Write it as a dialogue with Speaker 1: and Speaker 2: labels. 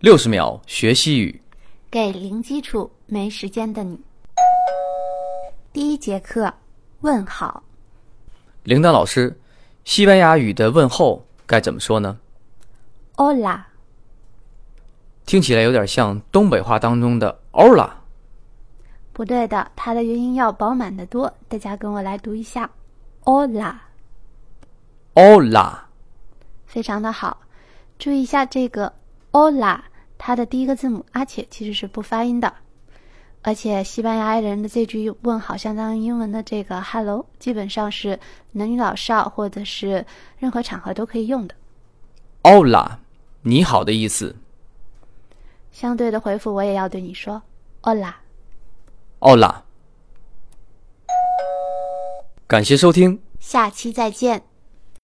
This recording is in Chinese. Speaker 1: 六十秒学西语。
Speaker 2: 给零基础没时间的你。第一节课，问好。
Speaker 1: 铃铛老师，西班牙语的问候该怎么说呢？
Speaker 2: Hola，
Speaker 1: 听起来有点像东北话当中的 “ola”。
Speaker 2: 不对的，它的元音要饱满的多。大家跟我来读一下，Hola，
Speaker 1: ola
Speaker 2: 非常的好。注意一下这个 Hola，它的第一个字母阿且其实是不发音的。而且西班牙人的这句问好，相当于英文的这个 “hello”，基本上是男女老少或者是任何场合都可以用的。
Speaker 1: ola，你好的意思。
Speaker 2: 相对的回复，我也要对你说 “hola”。
Speaker 1: ola。感谢收听。
Speaker 2: 下期再见。